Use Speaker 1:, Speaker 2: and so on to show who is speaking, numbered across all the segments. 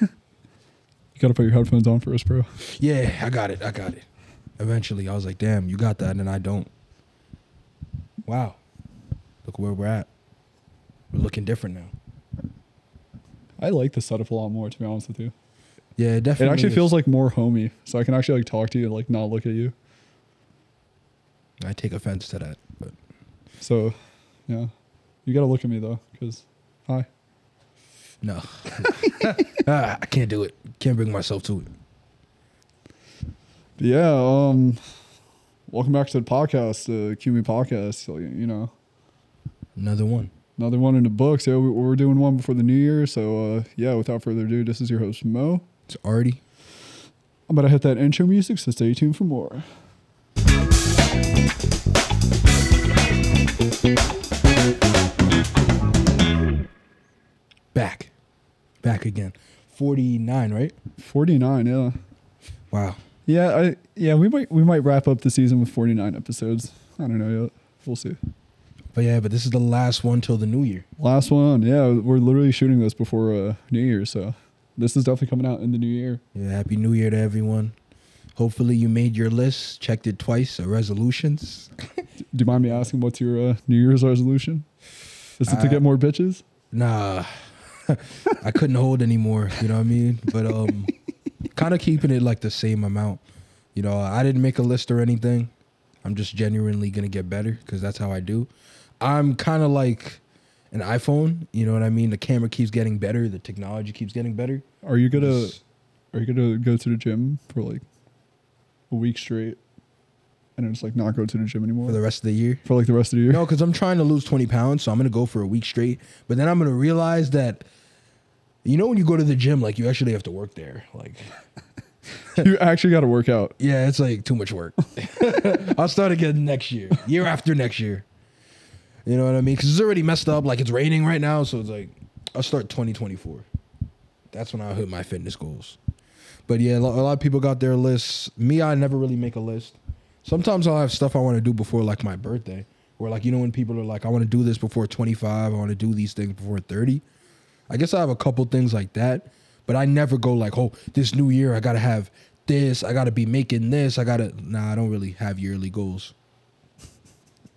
Speaker 1: You gotta put your headphones on first, bro.
Speaker 2: Yeah, I got it. I got it. Eventually, I was like, damn, you got that, and then I don't. Wow. Look where we're at. We're looking different now.
Speaker 1: I like this setup a lot more, to be honest with you.
Speaker 2: Yeah, it
Speaker 1: It
Speaker 2: definitely.
Speaker 1: actually
Speaker 2: is.
Speaker 1: feels like more homey, so I can actually like talk to you and like not look at you.
Speaker 2: I take offense to that, but
Speaker 1: So, yeah, you gotta look at me though, because hi.
Speaker 2: no. Ah, I can't do it. Can't bring myself to it.
Speaker 1: But yeah, um, welcome back to the podcast, the QME podcast. So, you know,
Speaker 2: Another one.
Speaker 1: another one in the books. Yeah, we, we're doing one before the new year. So, uh, yeah, without further ado, this is your host Mo.
Speaker 2: It's already.
Speaker 1: I'm about to hit that intro music, so stay tuned for more.
Speaker 2: back back again 49 right
Speaker 1: 49, yeah,
Speaker 2: wow
Speaker 1: yeah, I yeah we might we might wrap up the season with 49 episodes. I don't know yet. We'll see.
Speaker 2: but yeah but this is the last one till the new year
Speaker 1: Last one, yeah, we're literally shooting this before uh, New Year, so this is definitely coming out in the new year.
Speaker 2: yeah happy new year to everyone hopefully you made your list checked it twice uh, resolutions
Speaker 1: Do you mind me asking what's your uh, New Year's resolution? Is it to
Speaker 2: Uh,
Speaker 1: get more bitches?
Speaker 2: nah i couldn't hold anymore you know what i mean but um kind of keeping it like the same amount you know i didn't make a list or anything i'm just genuinely gonna get better because that's how i do i'm kind of like an iphone you know what i mean the camera keeps getting better the technology keeps getting better
Speaker 1: Are you gonna
Speaker 2: Yes.
Speaker 1: Are you gonna go to the gym for like a week straight, and then just like not go to the gym anymore
Speaker 2: for
Speaker 1: for,
Speaker 2: the rest of the year.
Speaker 1: like the rest of the year?
Speaker 2: No, because I'm trying to lose 20 pounds, so I'm gonna go for a week straight. But then I'm gonna realize that, you know, when you go to the gym, like you actually have to work there. Like,
Speaker 1: you actually got to work out.
Speaker 2: yeah, it's like too much work. I'll start again next year, year after next year. You know what I mean? Because it's already messed up. Like it's raining right now, so it's like I'll start 2024. That's when I'll hit my fitness goals. But yeah, a lo- a lot of people got their lists. Me, I never really make a list. Sometimes I'll have stuff I want to do before like my birthday, or like you know when people are like, I want to do this before 25, I want to do these things before 30. I guess I have a couple things like that, but I never go like, oh, this new year I gotta have this, I gotta be making this, I gotta. Nah, I don't really have yearly goals.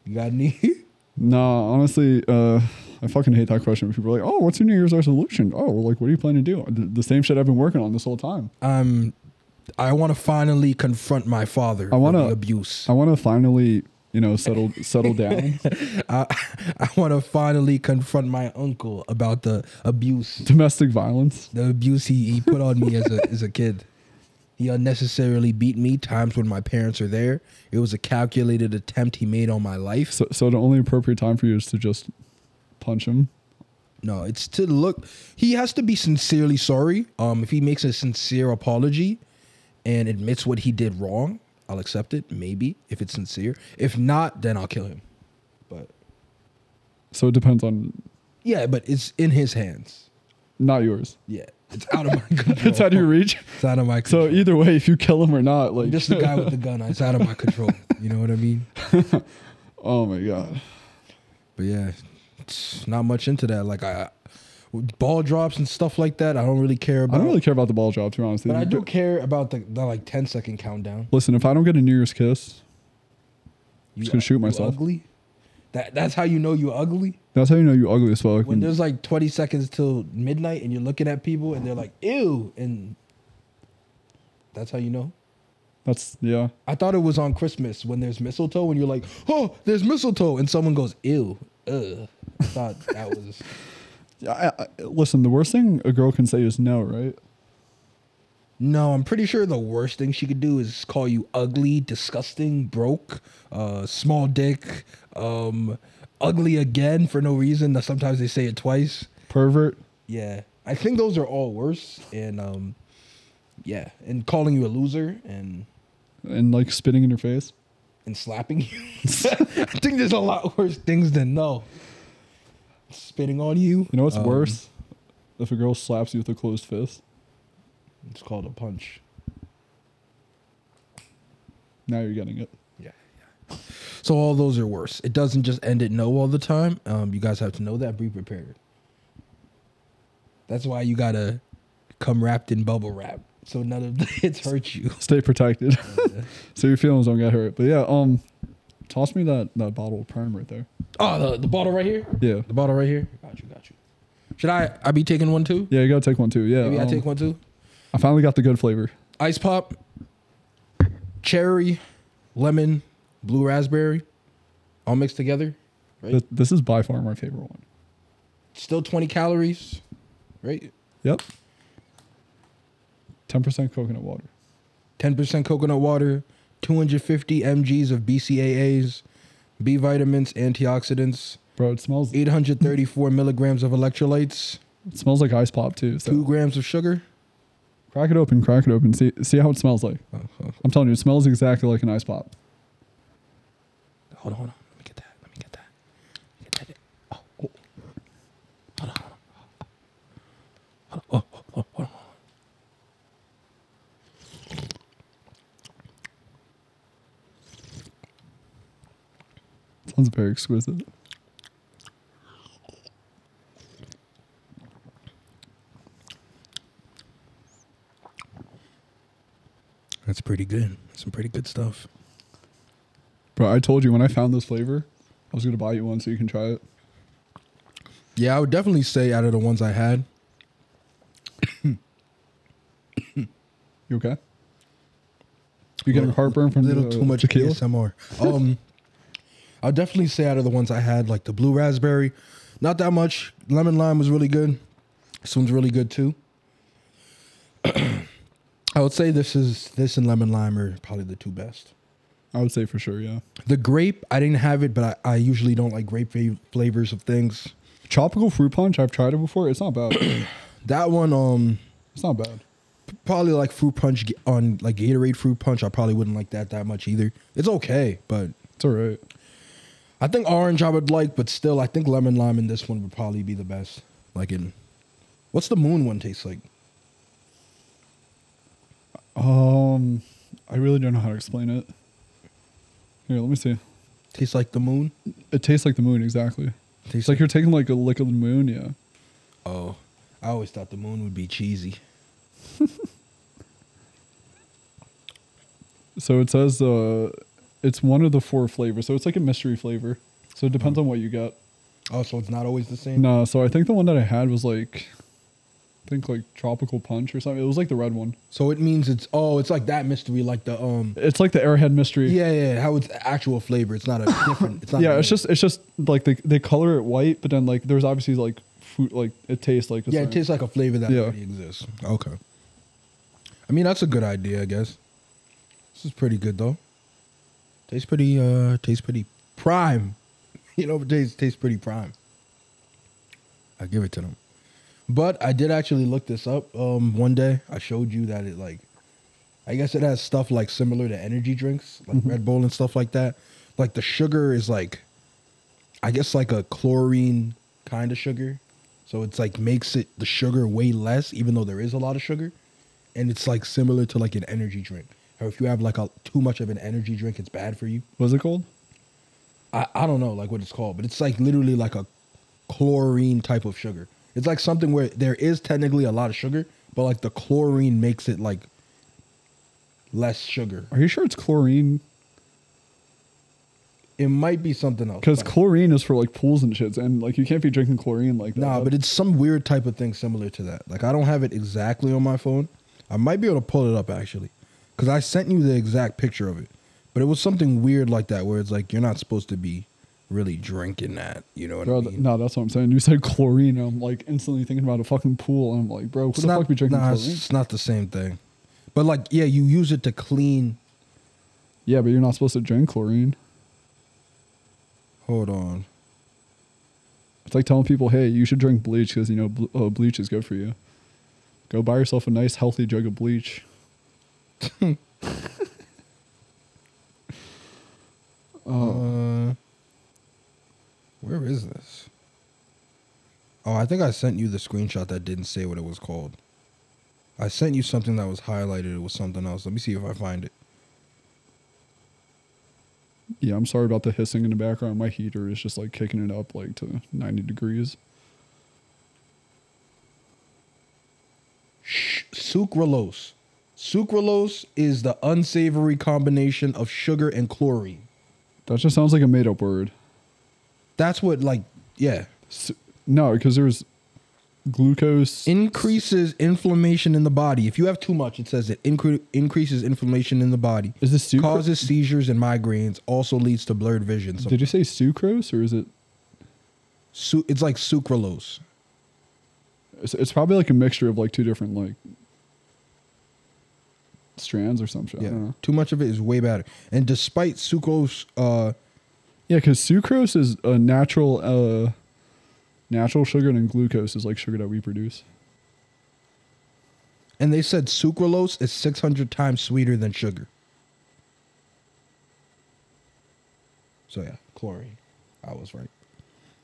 Speaker 2: You got any?
Speaker 1: Nah, honestly, uh, I fucking hate that question. People are like, "Oh, what's your New Year's resolution?" Oh, well, like, what are you planning to do? The, the same shit I've been working on this whole time.
Speaker 2: um, I want to finally confront my father.
Speaker 1: I
Speaker 2: for
Speaker 1: wanna-
Speaker 2: the abuse.
Speaker 1: I want to finally, you know, settle settle down.
Speaker 2: I, I want to finally confront my uncle about the abuse,
Speaker 1: Domestic violence.
Speaker 2: the abuse he, he put on me as a as a kid. He unnecessarily beat me times when my parents are there. It was a calculated attempt he made on my life.
Speaker 1: So, so the only appropriate time for you is to just punch him.
Speaker 2: No, it's to look. He has to be sincerely sorry. Um, if he makes a sincere apology and admits what he did wrong, I'll accept it. Maybe if it's sincere. If not, then I'll kill him. But
Speaker 1: So it depends on
Speaker 2: yeah, but it's in his hands.
Speaker 1: not yours.
Speaker 2: Yeah, it's out of my control.
Speaker 1: It's out of your reach.
Speaker 2: It's out of my
Speaker 1: So
Speaker 2: control.
Speaker 1: either way, if you kill him or not, like,
Speaker 2: just the guy with the gun. It's out of my control. You know what I mean?
Speaker 1: oh my god,
Speaker 2: But yeah, it's not much into that. Like I, ball drops and stuff like that. I don't really care about.
Speaker 1: I don't really care about the ball job, to be honest.
Speaker 2: but
Speaker 1: with
Speaker 2: I
Speaker 1: you.
Speaker 2: do care about the, the like 10 second countdown.
Speaker 1: Listen, if I don't get a New Year's kiss,
Speaker 2: You,
Speaker 1: just gonna shoot
Speaker 2: you
Speaker 1: myself.
Speaker 2: Ugly. That that's how you know you're ugly.
Speaker 1: that's how you know you ugly as fuck.
Speaker 2: When there's like 20 seconds till midnight and you're looking at people and they're like, "Ew," and that's how you know.
Speaker 1: That's yeah.
Speaker 2: I thought it was on Christmas when there's mistletoe and you're like, "Oh, there's mistletoe," and someone goes, "Ew." Ugh. I thought that was
Speaker 1: I, I, listen, the worst thing a girl can say is no, right?
Speaker 2: No, I'm pretty sure the worst thing she could do is call you ugly, disgusting, broke, uh, small dick, um, ugly again for no reason. That sometimes they say it twice.
Speaker 1: Pervert.
Speaker 2: Yeah, I think those are all worse. And um, yeah, and calling you a loser and
Speaker 1: and like spitting in your face.
Speaker 2: and slapping you. I think there's a lot worse things than no. spitting on you.
Speaker 1: You know what's
Speaker 2: Um,
Speaker 1: worse? If a girl slaps you with a closed fist,
Speaker 2: It's called a punch.
Speaker 1: now you're getting it.
Speaker 2: Yeah. So all those are worse. It doesn't just end at no all the time. Um, you guys have to know that. Be prepared. That's why you gotta come wrapped in bubble wrap, so none of the hits hurt you.
Speaker 1: Stay protected, so your feelings don't get hurt. But yeah, um, toss me that that bottle of perm right there.
Speaker 2: Oh, the, the bottle right here.
Speaker 1: Yeah,
Speaker 2: The bottle right here. Got you. Got you. Should I? I be taking one too.
Speaker 1: yeah, you gotta take one too. Yeah,
Speaker 2: Maybe I
Speaker 1: um,
Speaker 2: take one too.
Speaker 1: I finally got the good flavor.
Speaker 2: Ice pop, cherry, lemon, blue raspberry, all mixed together. Right.
Speaker 1: Th- This is by far my favorite one.
Speaker 2: Still twenty calories, right?
Speaker 1: Yep. Ten percent coconut water.
Speaker 2: 10% coconut water, 250 mg's of BCAAs, B vitamins, antioxidants,
Speaker 1: Bro, it smells.
Speaker 2: 834 milligrams of electrolytes,
Speaker 1: It smells like ice pop too. So
Speaker 2: two grams of sugar.
Speaker 1: crack it open, crack it open. See, see how it smells like.
Speaker 2: Oh, oh,
Speaker 1: I'm telling you, it smells exactly like an ice pop.
Speaker 2: hold on, hold on. Let me get that. Let me get that. Let me get that. Oh, oh. Hold on, hold on. Hold on. Oh, oh, oh, hold on.
Speaker 1: sounds very exquisite.
Speaker 2: That's pretty good. Some pretty good stuff.
Speaker 1: Bro, I told you when I found this flavor, I was gonna buy you one so you can try it.
Speaker 2: Yeah, I would definitely say out of the ones I had,
Speaker 1: You okay? You getting heartburn from
Speaker 2: a little
Speaker 1: the
Speaker 2: too much
Speaker 1: tequila?
Speaker 2: ASMR. Um, I'll definitely say out of the ones I had, like the blue raspberry, not that much. Lemon lime was really good. This one's really good too. I would say this is this and lemon lime are probably the two best.
Speaker 1: I would say for sure, yeah.
Speaker 2: The grape, I didn't have it, but I, I usually don't like grape fa- flavors of things.
Speaker 1: Tropical fruit punch, I've tried it before. It's not bad.
Speaker 2: That one, um,
Speaker 1: it's not bad.
Speaker 2: probably like fruit punch ga- on like Gatorade fruit punch. I probably wouldn't like that that much either. It's okay, but
Speaker 1: It's all right.
Speaker 2: I think orange I would like, but still, I think lemon lime in this one would probably be the best. Like in, what's the moon one taste like?
Speaker 1: Um, I really don't know how to explain it. Here, let me see.
Speaker 2: Tastes like the moon.
Speaker 1: It tastes like the moon, exactly. It's
Speaker 2: Tastes
Speaker 1: like you're taking like a lick of the moon, yeah.
Speaker 2: oh, I always thought the moon would be cheesy.
Speaker 1: So it says uh, it's one of the four flavors. So it's like a mystery flavor. So it depends on what you get.
Speaker 2: Oh, so it's not always the same.
Speaker 1: No, so I think the one that I had was like, I think like tropical punch or something. It was like the red one.
Speaker 2: So it means it's oh, it's like that mystery, like the um,
Speaker 1: It's like the Airhead mystery.
Speaker 2: yeah, yeah, how it's actual flavor. It's not a different. It's not.
Speaker 1: yeah.
Speaker 2: a-
Speaker 1: It's just it's just like they they color it white, but then like there's obviously like food like it tastes like the
Speaker 2: yeah,
Speaker 1: same.
Speaker 2: it tastes like a flavor that
Speaker 1: Yeah.
Speaker 2: already exists. Okay. I mean, that's a good idea, I guess. This is pretty good though. Tastes pretty. uh Tastes pretty prime. You know, it tastes tastes pretty prime. I give it to them. But I did actually look this up um one day. I showed you that it like, I guess it has stuff like similar to energy drinks, like
Speaker 1: Mm-hmm.
Speaker 2: Red Bull and stuff like that. Like the sugar is like I guess like a chlorine kind of sugar. So it's like makes it the sugar way less, even though there is a lot of sugar. And it's like similar to like an energy drink. Or if you have like a too much of an energy drink, it's bad for you.
Speaker 1: What's it called?
Speaker 2: I, I don't know like what it's called, but it's like literally like a chlorine type of sugar. It's like something where there is technically a lot of sugar, but like the chlorine makes it like less sugar.
Speaker 1: Are you sure it's chlorine?
Speaker 2: It might be something else.
Speaker 1: Because
Speaker 2: but-
Speaker 1: chlorine is for like pools and shits, and like you can't be drinking chlorine like that.
Speaker 2: Nah, but it's some weird type of thing similar to that. Like I don't have it exactly on my phone. I might be able to pull it up actually, because I sent you the exact picture of it. But it was something weird like that, where it's like you're not supposed to be really drinking that. You know what
Speaker 1: Bro,
Speaker 2: I
Speaker 1: th-
Speaker 2: mean?
Speaker 1: no, that's what I'm saying. You said chlorine, and I'm like instantly thinking about a fucking pool, and I'm like, bro, who
Speaker 2: it's
Speaker 1: the
Speaker 2: not.
Speaker 1: fuck be drinking
Speaker 2: nah, it's,
Speaker 1: chlorine?
Speaker 2: it's not the same thing. But like, yeah, you use it to clean.
Speaker 1: Yeah, but you're not supposed to drink chlorine.
Speaker 2: Hold on.
Speaker 1: It's like telling people, hey, you should drink bleach because you know ble- uh, bleach is good for you. Go buy yourself a nice healthy jug of bleach.
Speaker 2: Uh, where is this? Oh, I think I sent you the screenshot that didn't say what it was called. I sent you something that was highlighted. It was something else. Let me see if I find it.
Speaker 1: Yeah, I'm sorry about the hissing in the background. My heater is just like kicking it up like to 90 degrees.
Speaker 2: Sh- Sucralose. Sucralose is the unsavory combination of sugar and chlorine.
Speaker 1: That just sounds like a made up word.
Speaker 2: That's what, like, yeah.
Speaker 1: S no, because there's glucose.
Speaker 2: Increases inflammation in the body. If you have too much, it says it incre- increases inflammation in the body.
Speaker 1: is this sucrose?
Speaker 2: Causes seizures and migraines. Also leads to blurred vision. So
Speaker 1: Did you say sucrose or is it?
Speaker 2: su- it's like sucralose.
Speaker 1: It's, it's probably like a mixture of like two different like strands or something. Yeah. I
Speaker 2: Yeah.
Speaker 1: don't know.
Speaker 2: Too much of it is way better. And despite sucrose, uh,
Speaker 1: Yeah, because sucrose is a natural, uh, natural sugar, and then glucose is like sugar that we produce.
Speaker 2: and they said sucralose is 600 times sweeter than sugar. So yeah, chlorine. I was right.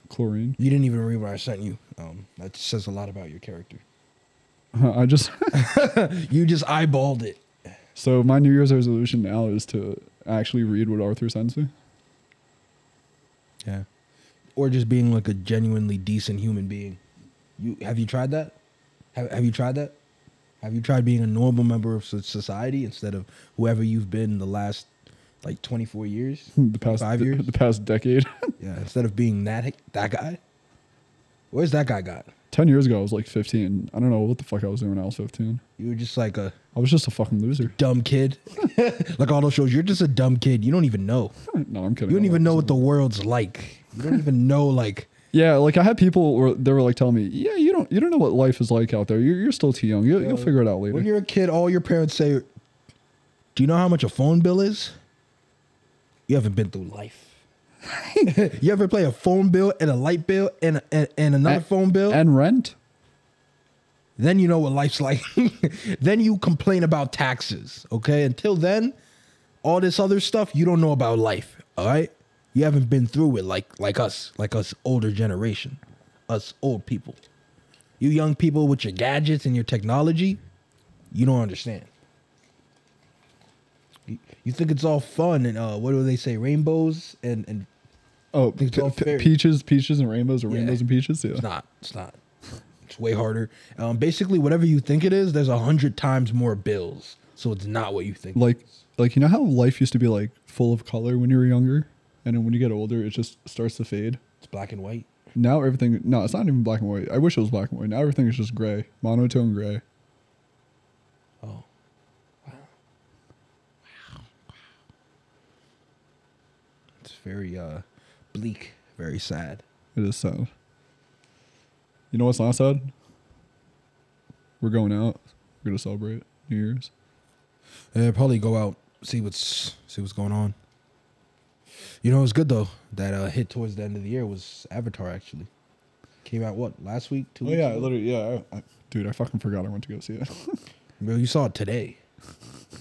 Speaker 1: Chlorine.
Speaker 2: You didn't even read what I sent you. Um, that says a lot about your character.
Speaker 1: I just
Speaker 2: You just eyeballed it.
Speaker 1: so my New Year's resolution now is to actually read what Arthur sends me.
Speaker 2: Yeah. Or just being like a genuinely decent human being. You have you tried that? Have have you tried that? Have you tried being a normal member of so- society instead of whoever you've been the last like 24 years?
Speaker 1: The past
Speaker 2: Five
Speaker 1: the-
Speaker 2: years?
Speaker 1: the past decade.
Speaker 2: Yeah, instead of being that that guy. Where's that guy got?
Speaker 1: Ten years ago, I was like 15. I don't know what the fuck I was doing when I was 15.
Speaker 2: You were just like a
Speaker 1: I was just a fucking loser.
Speaker 2: dumb kid. like all those shows, you're just a dumb kid. You don't even know.
Speaker 1: No, I'm kidding.
Speaker 2: You don't
Speaker 1: I'm
Speaker 2: even
Speaker 1: not.
Speaker 2: know what the world's like. You don't even know like
Speaker 1: Yeah, like I had people where they were like telling me, "Yeah, you don't, you don't know what life is like out there. You're, you're still too young. You'll, you'll figure it out later."
Speaker 2: When you're a kid, all your parents say, Do you know how much a phone bill is? You haven't been through life. you ever play a phone bill and a light bill and, a, and, and another
Speaker 1: And-
Speaker 2: phone bill?
Speaker 1: and rent.
Speaker 2: then you know what life's like. then you complain about taxes, okay? Until then, all this other stuff you don't know about life, all right? You haven't been through it like like us, like us older generation, us old people. You young people with your gadgets and your technology, you don't understand. You, you think it's all fun and uh what do they say, rainbows and and
Speaker 1: Oh,
Speaker 2: think it's
Speaker 1: pe-
Speaker 2: all
Speaker 1: pe-
Speaker 2: fair.
Speaker 1: peaches, peaches, and rainbows, or
Speaker 2: Yeah.
Speaker 1: rainbows and peaches. Yeah.
Speaker 2: It's not. It's not. It's way harder. Um, basically, whatever you think it is, there's a hundred times more bills. So it's not what you think.
Speaker 1: like like you know how life used to be like full of color when you were younger and then when you get older it just starts to fade
Speaker 2: it's black and white.
Speaker 1: now everything no it's not even black and white i wish it was black and white now everything is just gray monotone gray
Speaker 2: Oh. It's very uh, bleak. Very sad.
Speaker 1: it is sad you know what's not sad we're going out we're gonna celebrate new year's
Speaker 2: Yeah, probably go out see what's see what's going on. You know, it was good though. That uh, hit towards the end of the year was Avatar. Actually, came out what last week? Two
Speaker 1: oh
Speaker 2: weeks
Speaker 1: yeah
Speaker 2: ago?
Speaker 1: literally yeah I, I, dude i fucking forgot i went to go see it
Speaker 2: Bro, you saw it today.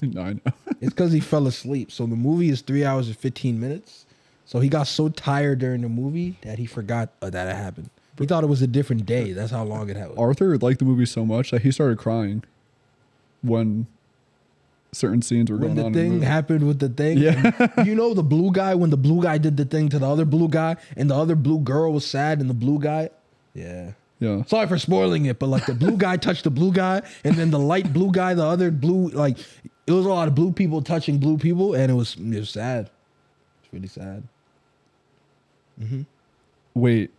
Speaker 1: no i know
Speaker 2: It's because he fell asleep. So the movie is three hours and fifteen minutes. So he got so tired during the movie that he forgot uh, that it happened. He thought it was a different day. That's how long it happened.
Speaker 1: arthur liked the movie so much that he started crying when certain scenes were
Speaker 2: When
Speaker 1: going on in
Speaker 2: the
Speaker 1: the
Speaker 2: thing
Speaker 1: movie.
Speaker 2: happened with the thing,
Speaker 1: Yeah.
Speaker 2: and you know the blue guy when the blue guy did the thing to the other blue guy, and the other blue girl was sad, and the blue guy, yeah.
Speaker 1: yeah
Speaker 2: Sorry for spoiling it, but like the blue guy touched the blue guy, and then the light blue guy, the other blue, like it was a lot of blue people touching blue people, and it was it was sad. It's really sad.
Speaker 1: Wait,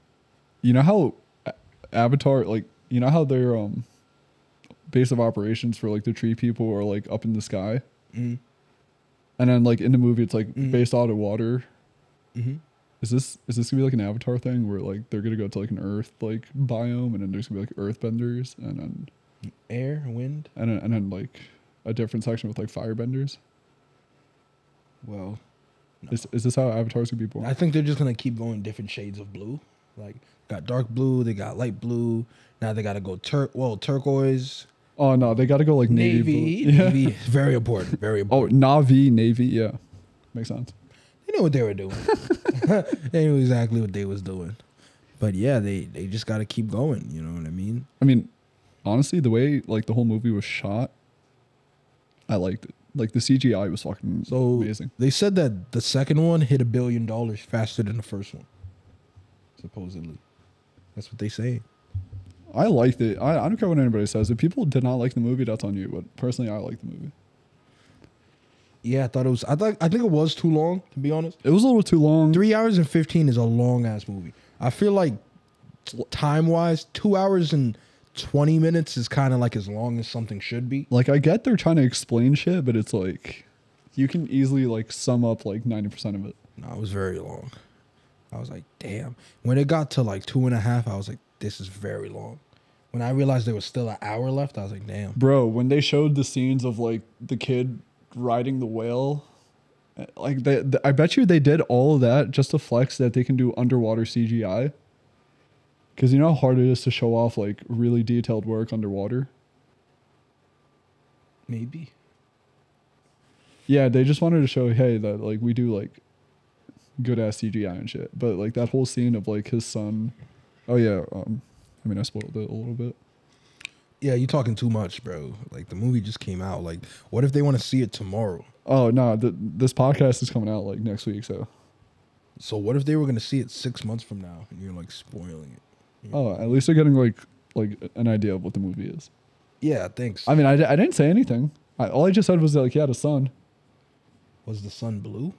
Speaker 1: you know how A- Avatar, like, you know how their um base of operations for like the tree people are like up in the sky,
Speaker 2: Mm-hmm.
Speaker 1: and then like in the movie it's like based out of water.
Speaker 2: Mm-hmm.
Speaker 1: Is this is this gonna be like an Avatar thing where like they're gonna go to like an Earth like biome and then there's gonna be like Earthbenders and then
Speaker 2: Air, wind.
Speaker 1: and then, and then like a different section with like Firebenders?
Speaker 2: Well,
Speaker 1: Is is this how Avatar's gonna be born?
Speaker 2: I think they're just gonna keep going different shades of blue. Like got dark blue, they got light blue. Now they gotta go tur well turquoise,
Speaker 1: oh no, they gotta go like navy. blue.
Speaker 2: navy,
Speaker 1: Yeah.
Speaker 2: navy. Very important. Very
Speaker 1: Oh,
Speaker 2: important.
Speaker 1: Navi navy. Yeah, makes sense.
Speaker 2: They knew what they were doing. they knew exactly what they was doing. But yeah, they they just got to keep going. You know what I mean?
Speaker 1: I mean, honestly, the way like the whole movie was shot, I liked it. Like the CGI was fucking
Speaker 2: So
Speaker 1: amazing.
Speaker 2: They said that the second one hit a billion dollars faster than the first one. Supposedly, that's what they say.
Speaker 1: I liked it. I, I don't care what anybody says. If people did not like the movie, that's on you. But personally, I liked the movie.
Speaker 2: Yeah, I thought it was. I thought I think it was too long to be honest.
Speaker 1: It was a little too long.
Speaker 2: Three hours and fifteen is a long ass movie. I feel like time wise, two hours and twenty minutes is kind of like as long as something should be.
Speaker 1: Like I get they're trying to explain shit, but it's like you can easily like sum up like ninety percent of it.
Speaker 2: No, it was very long. I was like, damn. When it got to like two and a half, I was like, this is very long. When I realized there was still an hour left, I was like, damn.
Speaker 1: Bro, when they showed the scenes of like the kid riding the whale, eh, like they, th- I bet you they did all of that just to flex that they can do underwater CGI. Cause you know how hard it is to show off like really detailed work underwater.
Speaker 2: Maybe.
Speaker 1: Yeah, they just wanted to show hey that like we do like good ass CGI and shit. But like that whole scene of like his son. Oh yeah, um, I mean I spoiled it a little bit.
Speaker 2: Yeah, you talking too much, bro. Like the movie just came out. Like, what if they want to see it tomorrow?
Speaker 1: Oh no, th- this podcast is coming out like next week, so
Speaker 2: So what if they were gonna see it six months from now and you're like spoiling it?
Speaker 1: oh at least they're getting like like an idea of what the movie is.
Speaker 2: Yeah, thanks.
Speaker 1: I mean, I, di- I didn't say anything. I, all I just said was that, like he had a son.
Speaker 2: was the sun blue?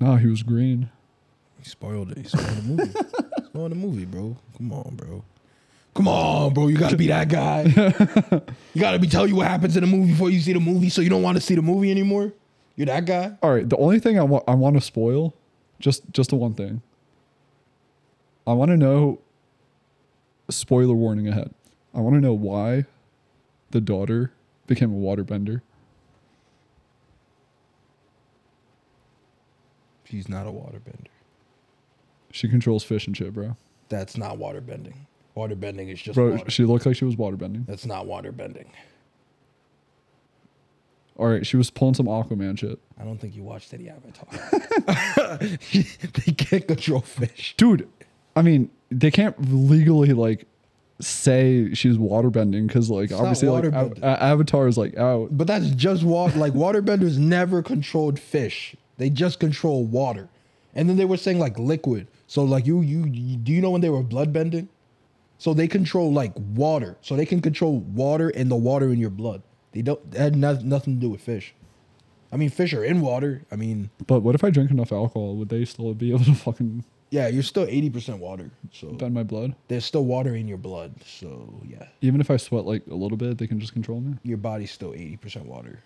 Speaker 1: No, he was green.
Speaker 2: He spoiled it. He spoiled the movie. spoiled the movie, bro. Come on, bro. Come on, bro. You gotta be that guy. you gotta be tell you what happens in the movie before you see the movie, so you don't want to see the movie anymore. You're that guy.
Speaker 1: All right, the only thing I want I want to spoil, just just the one thing. I want to know. Spoiler warning ahead. I want to know why the daughter became a waterbender.
Speaker 2: She's not a waterbender.
Speaker 1: She controls fish and shit, bro.
Speaker 2: That's not waterbending. Waterbending is just
Speaker 1: Bro,
Speaker 2: water.
Speaker 1: she looked like she was waterbending.
Speaker 2: That's not waterbending.
Speaker 1: All right, she was pulling some Aquaman shit.
Speaker 2: I don't think you watched any Avatar. they can't control fish.
Speaker 1: dude i mean they can't legally like say she's waterbending because like
Speaker 2: not
Speaker 1: obviously like
Speaker 2: waterbending.
Speaker 1: Av- A- avatar is like out
Speaker 2: But that's just water. Like waterbenders never controlled fish. They just control water. And then they were saying like liquid. So like you you, you do you know when they were bloodbending? So they control like water. So they can control water and the water in your blood. They don't that had no, nothing to do with fish. I mean fish are in water. I mean
Speaker 1: but what if i drink enough alcohol would they still be able to fucking
Speaker 2: yeah, you're still 80% water. So
Speaker 1: bend my blood
Speaker 2: there's still water in your blood. So yeah,
Speaker 1: even if i sweat like a little bit they can just control me
Speaker 2: your body's still 80% water.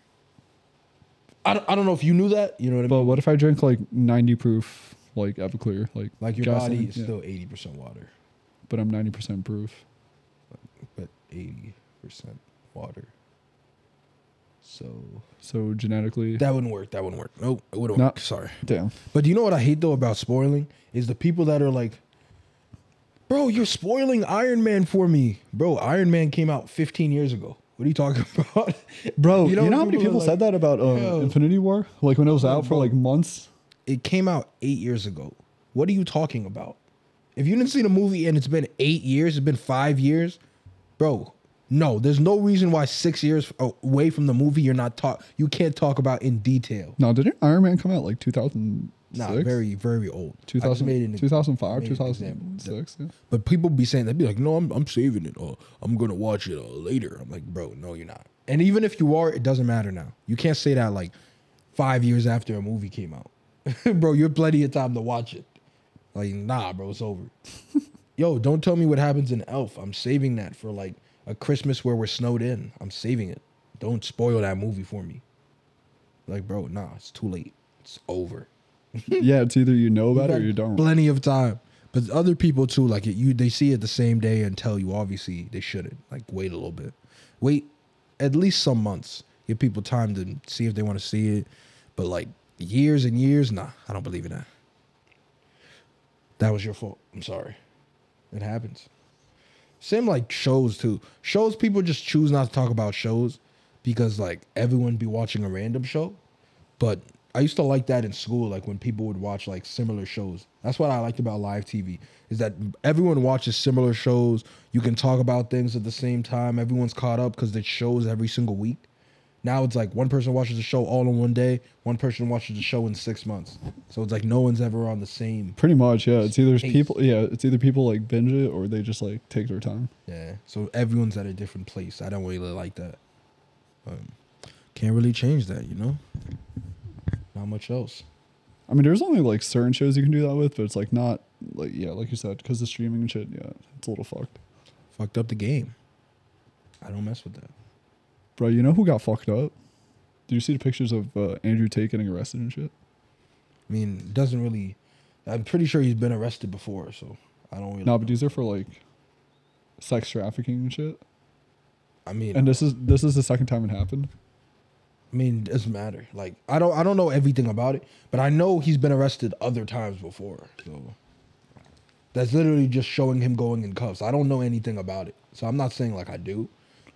Speaker 2: I don't, I don't know if you knew that, you know what I mean?
Speaker 1: but what if i drink like 90 proof like everclear like
Speaker 2: Like your
Speaker 1: gasoline?
Speaker 2: body is
Speaker 1: Yeah,
Speaker 2: still eighty percent water,
Speaker 1: but i'm 90% proof
Speaker 2: but eighty percent water. So
Speaker 1: so genetically
Speaker 2: that wouldn't work. That wouldn't work. Nope, it wouldn't
Speaker 1: No.
Speaker 2: work. Sorry.
Speaker 1: damn
Speaker 2: But do you know what I hate though about spoiling is the people that are like, "Bro, you're spoiling Iron Man for me, bro. Iron Man came out fifteen years ago. What are you talking about,
Speaker 1: bro you know, how
Speaker 2: when
Speaker 1: many people
Speaker 2: are
Speaker 1: said
Speaker 2: like,
Speaker 1: that about uh,
Speaker 2: "Yo."
Speaker 1: infinity war like when it was out for
Speaker 2: um, bro.
Speaker 1: like months
Speaker 2: It came out eight years ago. What are you talking about? If you didn't see the movie and it's been eight years, it's been five years, bro. No, there's no reason why six years away from the movie you're not talk. You can't talk about in detail.
Speaker 1: no didn't iron man come out like 2006
Speaker 2: Nah, very very old. I just
Speaker 1: 2000,
Speaker 2: made an-
Speaker 1: 2005,
Speaker 2: made an example.
Speaker 1: 2006. Yeah.
Speaker 2: But people be saying they'd be like, no, I'm I'm saving it. Or I'm gonna watch it uh, later. I'm like, bro, no, you're not. And even if you are, it doesn't matter now. You can't say that like five years after a movie came out, bro. You're plenty of time to watch it. Like, nah, bro, it's over. Yo, don't tell me what happens in Elf. I'm saving that for like a Christmas where we're snowed in. I'm saving it. Don't spoil that movie for me. Like, bro, nah, it's too late. It's over
Speaker 1: yeah, it's either you know about it or
Speaker 2: had
Speaker 1: you don't.
Speaker 2: Plenty of time. But the other people too, like it, you, they see it the same day and tell you. Obviously, they shouldn't. Like wait a little bit, wait at least some months. Give people time to see if they want to see it. But like years and years, nah, I don't believe in that. That was your fault. I'm sorry. It happens. Same like shows too. Shows people just choose not to talk about shows because like everyone be watching a random show, but I used to like that in school, like when people would watch like similar shows. That's what I liked about live TV is that everyone watches similar shows. You can talk about things at the same time. Everyone's caught up because it shows every single week. Now it's like one person watches the show all in one day, one person watches the show in six months. So it's like no one's ever on the same.
Speaker 1: Pretty much, yeah. It's either
Speaker 2: Space.
Speaker 1: people, yeah. It's either people like binge it or they just like take their time.
Speaker 2: Yeah. So everyone's at a different place. I don't really like that. But can't really change that, you know? Not much else.
Speaker 1: I mean, there's only like certain shows you can do that with, but it's like not like yeah, like you said, because the streaming and shit. Yeah, it's a little fucked,
Speaker 2: Fucked up the game. I don't mess with that.
Speaker 1: bro. You know who got fucked up? Do you see the pictures of uh, Andrew Tate getting arrested and shit?
Speaker 2: I mean, it doesn't really. I'm pretty sure he's been arrested before, so I don't really.
Speaker 1: No, but these are for like sex trafficking and shit.
Speaker 2: I mean,
Speaker 1: And this is this is the second time it happened.
Speaker 2: I mean, it doesn't matter. Like, I don't, I don't know everything about it, but I know he's been arrested other times before. So that's literally just showing him going in cuffs. I don't know anything about it, so I'm not saying like I do,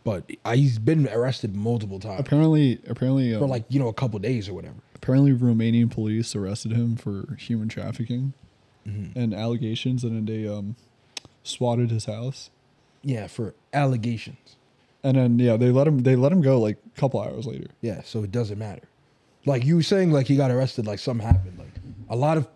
Speaker 2: but I, he's been arrested multiple times
Speaker 1: Apparently, apparently,
Speaker 2: for
Speaker 1: um,
Speaker 2: like you know a couple days or whatever.
Speaker 1: apparently, Romanian police arrested him for human trafficking and allegations, and then they um swatted his house.
Speaker 2: Yeah, for allegations.
Speaker 1: And then yeah, they let him they let him go like a couple hours later.
Speaker 2: Yeah, so it doesn't matter. Like you were saying, like he got arrested, like something happened. Like a lot of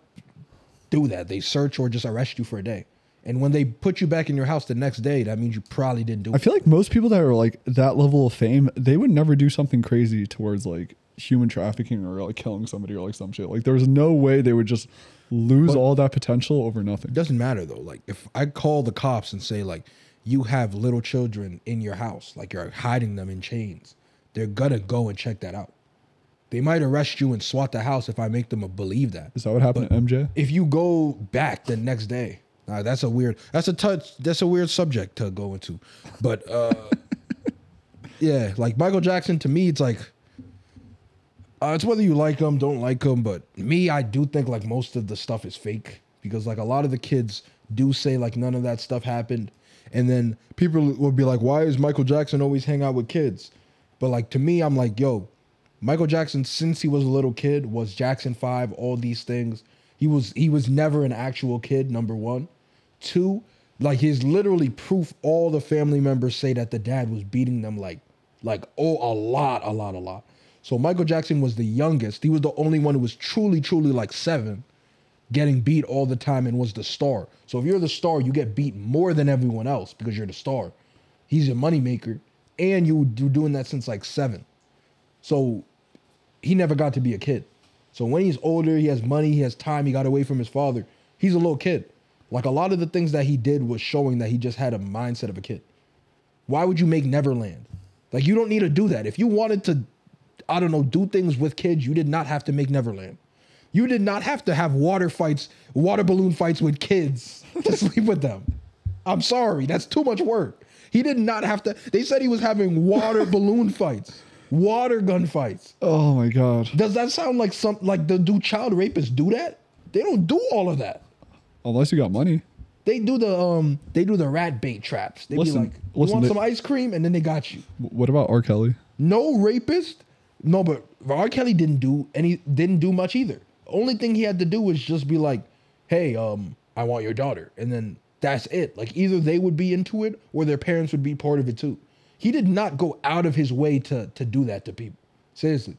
Speaker 2: do that. They search or just arrest you for a day, and when they put you back in your house the next day, that means you probably didn't do.
Speaker 1: I feel like most people that are like that level of fame, they would never do something crazy towards like human trafficking or like killing somebody or like some shit. Like there's no way they would just lose all that potential over nothing.
Speaker 2: It doesn't matter though. Like if I call the cops and say like you have little children in your house, like you're hiding them in chains, they're gonna go and check that out. They might arrest you and SWAT the house if I make them believe that.
Speaker 1: Is that what happened to MJ?
Speaker 2: If you go back the next day, nah, that's a weird. That's a touch. That's a weird subject to go into, but uh, yeah, like Michael Jackson to me, it's like. Uh, it's whether you like them, don't like them, but me, I do think like most of the stuff is fake because like a lot of the kids do say like none of that stuff happened, and then people will be like, "Why is Michael Jackson always hang out with kids?" But like to me, I'm like, "Yo, Michael Jackson since he was a little kid was Jackson Five, all these things. He was he was never an actual kid. Number one, two, like he's literally proof. All the family members say that the dad was beating them like like oh a lot a lot a lot so michael jackson was the youngest he was the only one who was truly truly like seven getting beat all the time and was the star so if you're the star you get beat more than everyone else because you're the star he's a moneymaker and you, you're doing that since like seven so he never got to be a kid so when he's older he has money he has time he got away from his father he's a little kid like a lot of the things that he did was showing that he just had a mindset of a kid why would you make Neverland? Like you don't need to do that. If you wanted to, I don't know, do things with kids, you did not have to make Neverland. You did not have to have water fights, water balloon fights with kids to sleep with them. I'm sorry, that's too much work. He did not have to. They said he was having water balloon fights, water gun fights.
Speaker 1: Oh my god.
Speaker 2: Does that sound like some like the do child rapists do that? They don't do all of that.
Speaker 1: Unless you got money.
Speaker 2: They do the um they do the rat bait traps. They
Speaker 1: Listen-
Speaker 2: be like, you
Speaker 1: listen,
Speaker 2: want
Speaker 1: they-
Speaker 2: some ice cream, and then they got you.
Speaker 1: W- What about R. Kelly?
Speaker 2: no rapist. No, but R. Kelly didn't do any didn't do much either. Only thing he had to do was just be like, "Hey, um, I want your daughter," and then that's it. Like either they would be into it or their parents would be part of it too. He did not go out of his way to to do that to people. Seriously,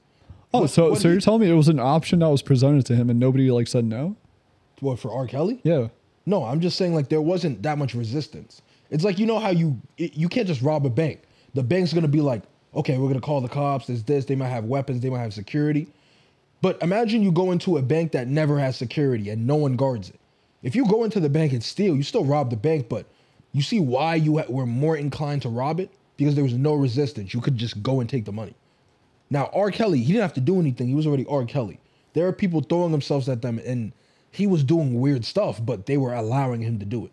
Speaker 1: Oh, so
Speaker 2: what
Speaker 1: so
Speaker 2: did-
Speaker 1: you're telling me it was an option that was presented to him and nobody like said no?
Speaker 2: what for R. Kelly?
Speaker 1: Yeah.
Speaker 2: No, I'm just saying like there wasn't that much resistance. It's like you know how you it- you can't just rob a bank. The bank's gonna be like, okay, we're gonna call the cops. There's this. They might have weapons. They might have security. But imagine you go into a bank that never has security and no one guards it. If you go into the bank and steal, you still rob the bank, but you see why you ha- were more inclined to rob it because there was no resistance. You could just go and take the money. Now, R. Kelly, he didn't have to do anything. He was already R. Kelly. There are people throwing themselves at them, and he was doing weird stuff, but they were allowing him to do it.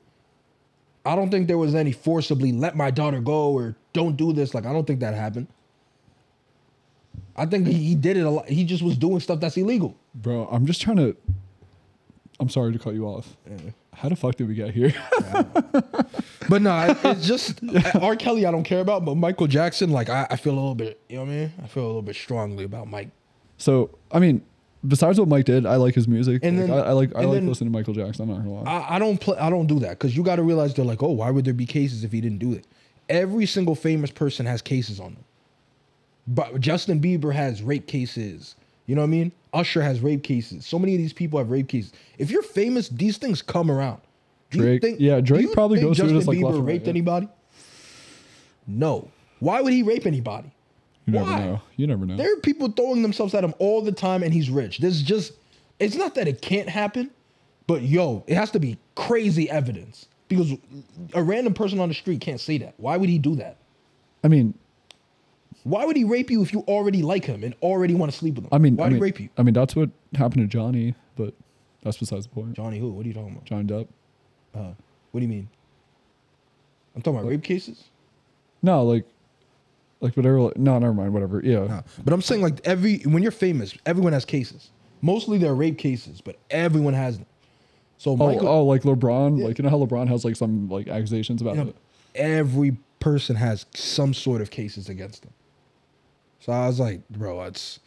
Speaker 2: I don't think there was any forcibly let my daughter go or don't do this. Like, I don't think that happened. I think he, he did it a lot. He just was doing stuff that's illegal.
Speaker 1: Bro, I'm just trying to I'm sorry to cut you off. How the fuck did we get here?
Speaker 2: But no, I- it's just R. Kelly. I don't care about, but Michael Jackson. Like I, I feel a little bit. You know what I mean? I feel a little bit strongly about Mike.
Speaker 1: so, I mean, besides what Mike did, I like his music.
Speaker 2: And
Speaker 1: Like,
Speaker 2: then-
Speaker 1: I, I like I
Speaker 2: and
Speaker 1: like
Speaker 2: then-
Speaker 1: listening to Michael Jackson. I'm not gonna lie.
Speaker 2: I, I don't play. I don't do that because you got to realize they're like, oh, why would there be cases if he didn't do it? Every single famous person has cases on them. But Justin Bieber has rape cases. You know what I mean? Usher has rape cases. So many of these people have rape cases. If you're famous, these things come around. Do you
Speaker 1: Drake- yeah,
Speaker 2: do
Speaker 1: Drake
Speaker 2: you
Speaker 1: probably
Speaker 2: think
Speaker 1: goes through
Speaker 2: Justin
Speaker 1: this, like, left
Speaker 2: Bieber
Speaker 1: and right,
Speaker 2: raped
Speaker 1: yeah.
Speaker 2: anybody? No. Why would he rape anybody?
Speaker 1: you never
Speaker 2: why?
Speaker 1: know. You never know.
Speaker 2: There are people throwing themselves at him all the time, and he's rich. There's just, it's not that it can't happen, but yo, it has to be crazy evidence because a random person on the street can't say that. Why would he do that?
Speaker 1: I mean,
Speaker 2: Why would he rape you if you already like him and already want to sleep with him?
Speaker 1: I mean, I
Speaker 2: why would
Speaker 1: mean,
Speaker 2: he rape you?
Speaker 1: I mean, that's what happened to Johnny, but that's besides the point.
Speaker 2: Johnny, who? What are you talking about?
Speaker 1: Johnny Depp.
Speaker 2: Uh, what do you mean? I'm talking about rape cases.
Speaker 1: No, like, like whatever. Like, no, never mind. Whatever. Yeah.
Speaker 2: Nah, But I'm saying like every when you're famous, everyone has cases. Mostly they're rape cases, but everyone has them. So
Speaker 1: Oh,
Speaker 2: Michael,
Speaker 1: oh, like LeBron. Like you know how LeBron has like some like accusations about
Speaker 2: know,
Speaker 1: it.
Speaker 2: every person has some sort of cases against them. So I was like, bro, it's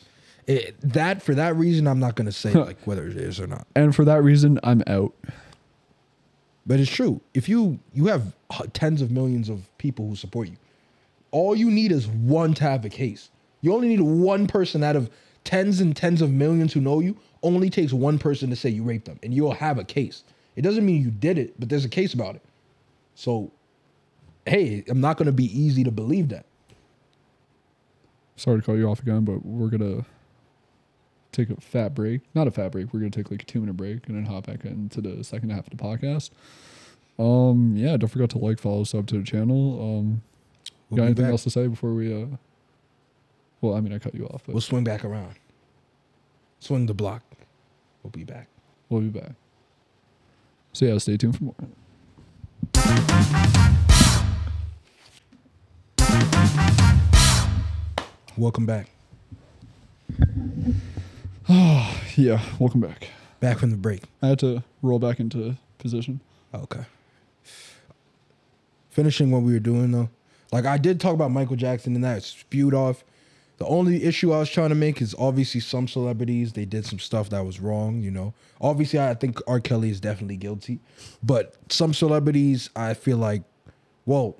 Speaker 2: it, that for that reason. I'm not gonna say like whether it is or not,
Speaker 1: And for that reason, I'm out.
Speaker 2: but it's true. If you you have h- tens of millions of people who support you, all you need is one to have a case. You only need one person out of tens and tens of millions who know you. Only takes one person to say you raped them, and you'll have a case. It doesn't mean you did it, but there's a case about it. So, hey, I'm not gonna be easy to believe that.
Speaker 1: Sorry to call you off again, but we're gonna take a fat break. Not a fat break. We're gonna take like a two minute break and then hop back into the second half of the podcast. Um. Yeah. Don't forget to like, follow, sub to the channel. Um.
Speaker 2: We'll
Speaker 1: got
Speaker 2: be
Speaker 1: anything
Speaker 2: back.
Speaker 1: else to say before we? uh Well, I mean, I cut you off, but
Speaker 2: We'll swing back around. Swing the block. We'll be back.
Speaker 1: we'll be back. So yeah, stay tuned for more.
Speaker 2: Welcome back.
Speaker 1: Yeah. Welcome back.
Speaker 2: Back from the break.
Speaker 1: I had to roll back into position.
Speaker 2: Okay. Finishing what we were doing though. Like I did talk about Michael Jackson and that spewed off. The only issue I was trying to make is obviously some celebrities they did some stuff that was wrong, you know. Obviously I think R. Kelly is definitely guilty. But some celebrities I feel like well,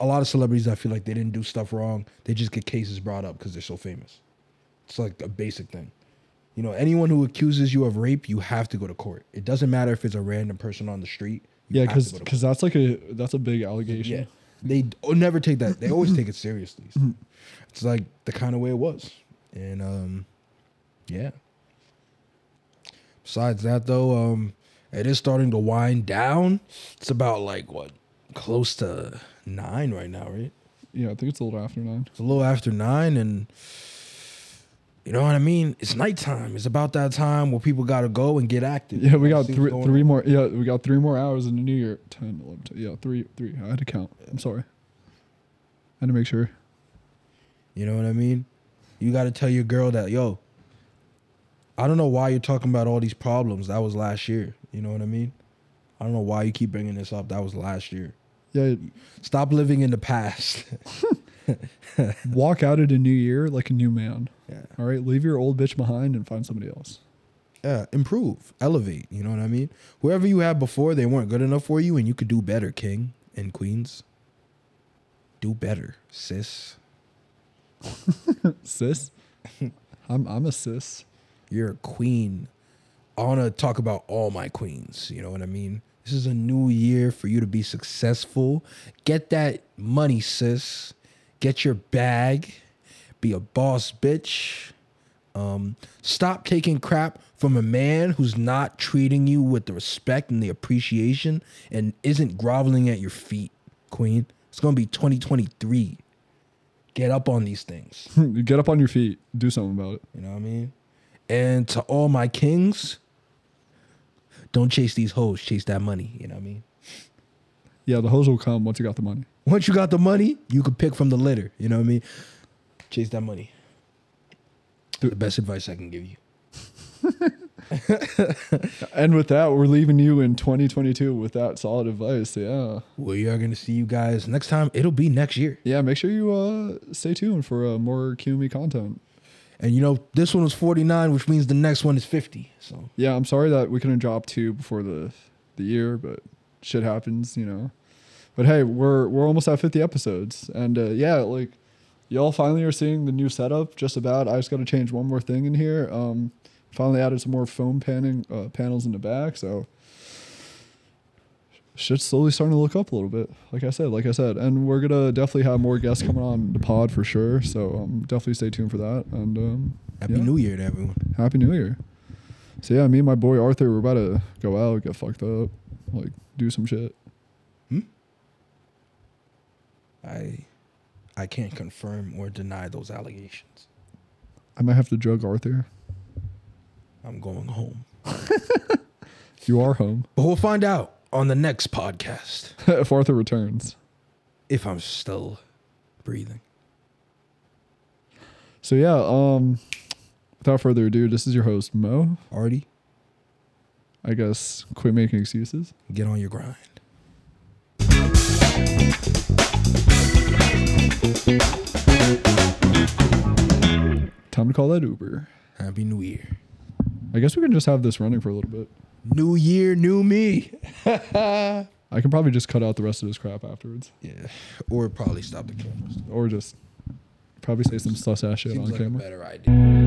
Speaker 2: a lot of celebrities I feel like they didn't do stuff wrong. They just get cases brought up because they're so famous. It's like a basic thing. You know, anyone who accuses you of rape, you have to go to court. It doesn't matter if it's a random person on the street. You
Speaker 1: Yeah,
Speaker 2: have to
Speaker 1: because
Speaker 2: go to
Speaker 1: because that's like a that's a big allegation.
Speaker 2: yeah. They d- oh, never take that. They always take it seriously.
Speaker 1: Mm-hmm.
Speaker 2: So It's like the kind of way it was. And um yeah. Besides that though, um it is starting to wind down. It's about like what close to 9 right now, right?
Speaker 1: Yeah, I think it's a little after nine.
Speaker 2: It's a little after 9 and you know what I mean? It's nighttime. It's about that time where people got to go and get active.
Speaker 1: Yeah, we got
Speaker 2: See what's
Speaker 1: three
Speaker 2: going
Speaker 1: three more. Yeah, we got three more hours in the new year. 10, 11, 12, yeah, three three. I had to count. I'm sorry. I had to make sure.
Speaker 2: You know what I mean? You got to tell your girl that, yo, I don't know why you're talking about all these problems. That was last year. You know what I mean? I don't know why you keep bringing this up. That was last year.
Speaker 1: Yeah,
Speaker 2: Stop living in the past.
Speaker 1: walk out at a new year like a new man.
Speaker 2: Yeah.
Speaker 1: All right, leave your old bitch behind and find somebody else.
Speaker 2: yeah, improve, elevate. You know what I mean? Whoever you had before, they weren't good enough for you, and you could do better, King and Queens. Do better, sis.
Speaker 1: Sis, I'm I'm a sis.
Speaker 2: You're a queen. I want to talk about all my queens. You know what I mean? This is a new year for you to be successful. Get that money, sis. Get your bag. Be a boss, bitch. Um, stop taking crap from a man who's not treating you with the respect and the appreciation and isn't groveling at your feet, queen. It's going to be 2023. Get up on these things.
Speaker 1: Get up on your feet. Do something about it.
Speaker 2: You know what I mean? And to all my kings, don't chase these hoes, chase that money. You know what I mean?
Speaker 1: Yeah, the hoes will come once you got the money.
Speaker 2: Once you got the money, you could pick from the litter. You know what I mean? Chase that money. The best advice I can give you.
Speaker 1: And with that, we're leaving you in 2022 with that solid advice. Yeah.
Speaker 2: We are gonna see you guys next time. It'll be next year.
Speaker 1: Yeah, make sure you uh, stay tuned for uh, more QME content.
Speaker 2: And you know, this one was 49, which means the next one is 50. So
Speaker 1: Yeah, I'm sorry that we couldn't drop two before the the year, but shit happens, you know. But hey, we're we're almost at 50 episodes, and uh, yeah, like y'all finally are seeing the new setup. Just about. I just got to change one more thing in here. Um, finally added some more foam panning uh, panels in the back, so shit's slowly starting to look up a little bit. Like I said, like I said, and we're gonna definitely have more guests coming on the pod for sure. So um, definitely stay tuned for that. And um,
Speaker 2: happy
Speaker 1: yeah.
Speaker 2: new year to everyone.
Speaker 1: Happy New Year. So yeah, me and my boy Arthur, we're about to go out, get fucked up, like do some shit.
Speaker 2: I I can't confirm or deny those allegations.
Speaker 1: I might have to drug Arthur.
Speaker 2: I'm going home.
Speaker 1: You are home.
Speaker 2: But we'll find out on the next podcast
Speaker 1: if Arthur returns.
Speaker 2: if I'm still breathing.
Speaker 1: So yeah, um without further ado, this is your host, Mo.
Speaker 2: Artie,
Speaker 1: I guess quit making excuses.
Speaker 2: get on your grind.
Speaker 1: Time to call that Uber.
Speaker 2: Happy New Year.
Speaker 1: I guess we can just have this running for a little bit.
Speaker 2: New year, new me.
Speaker 1: I can probably just cut out the rest of this crap afterwards.
Speaker 2: Yeah. Or probably stop the cameras.
Speaker 1: Or just probably say some sus ass shit
Speaker 2: Seems
Speaker 1: on
Speaker 2: like a
Speaker 1: camera.
Speaker 2: better idea.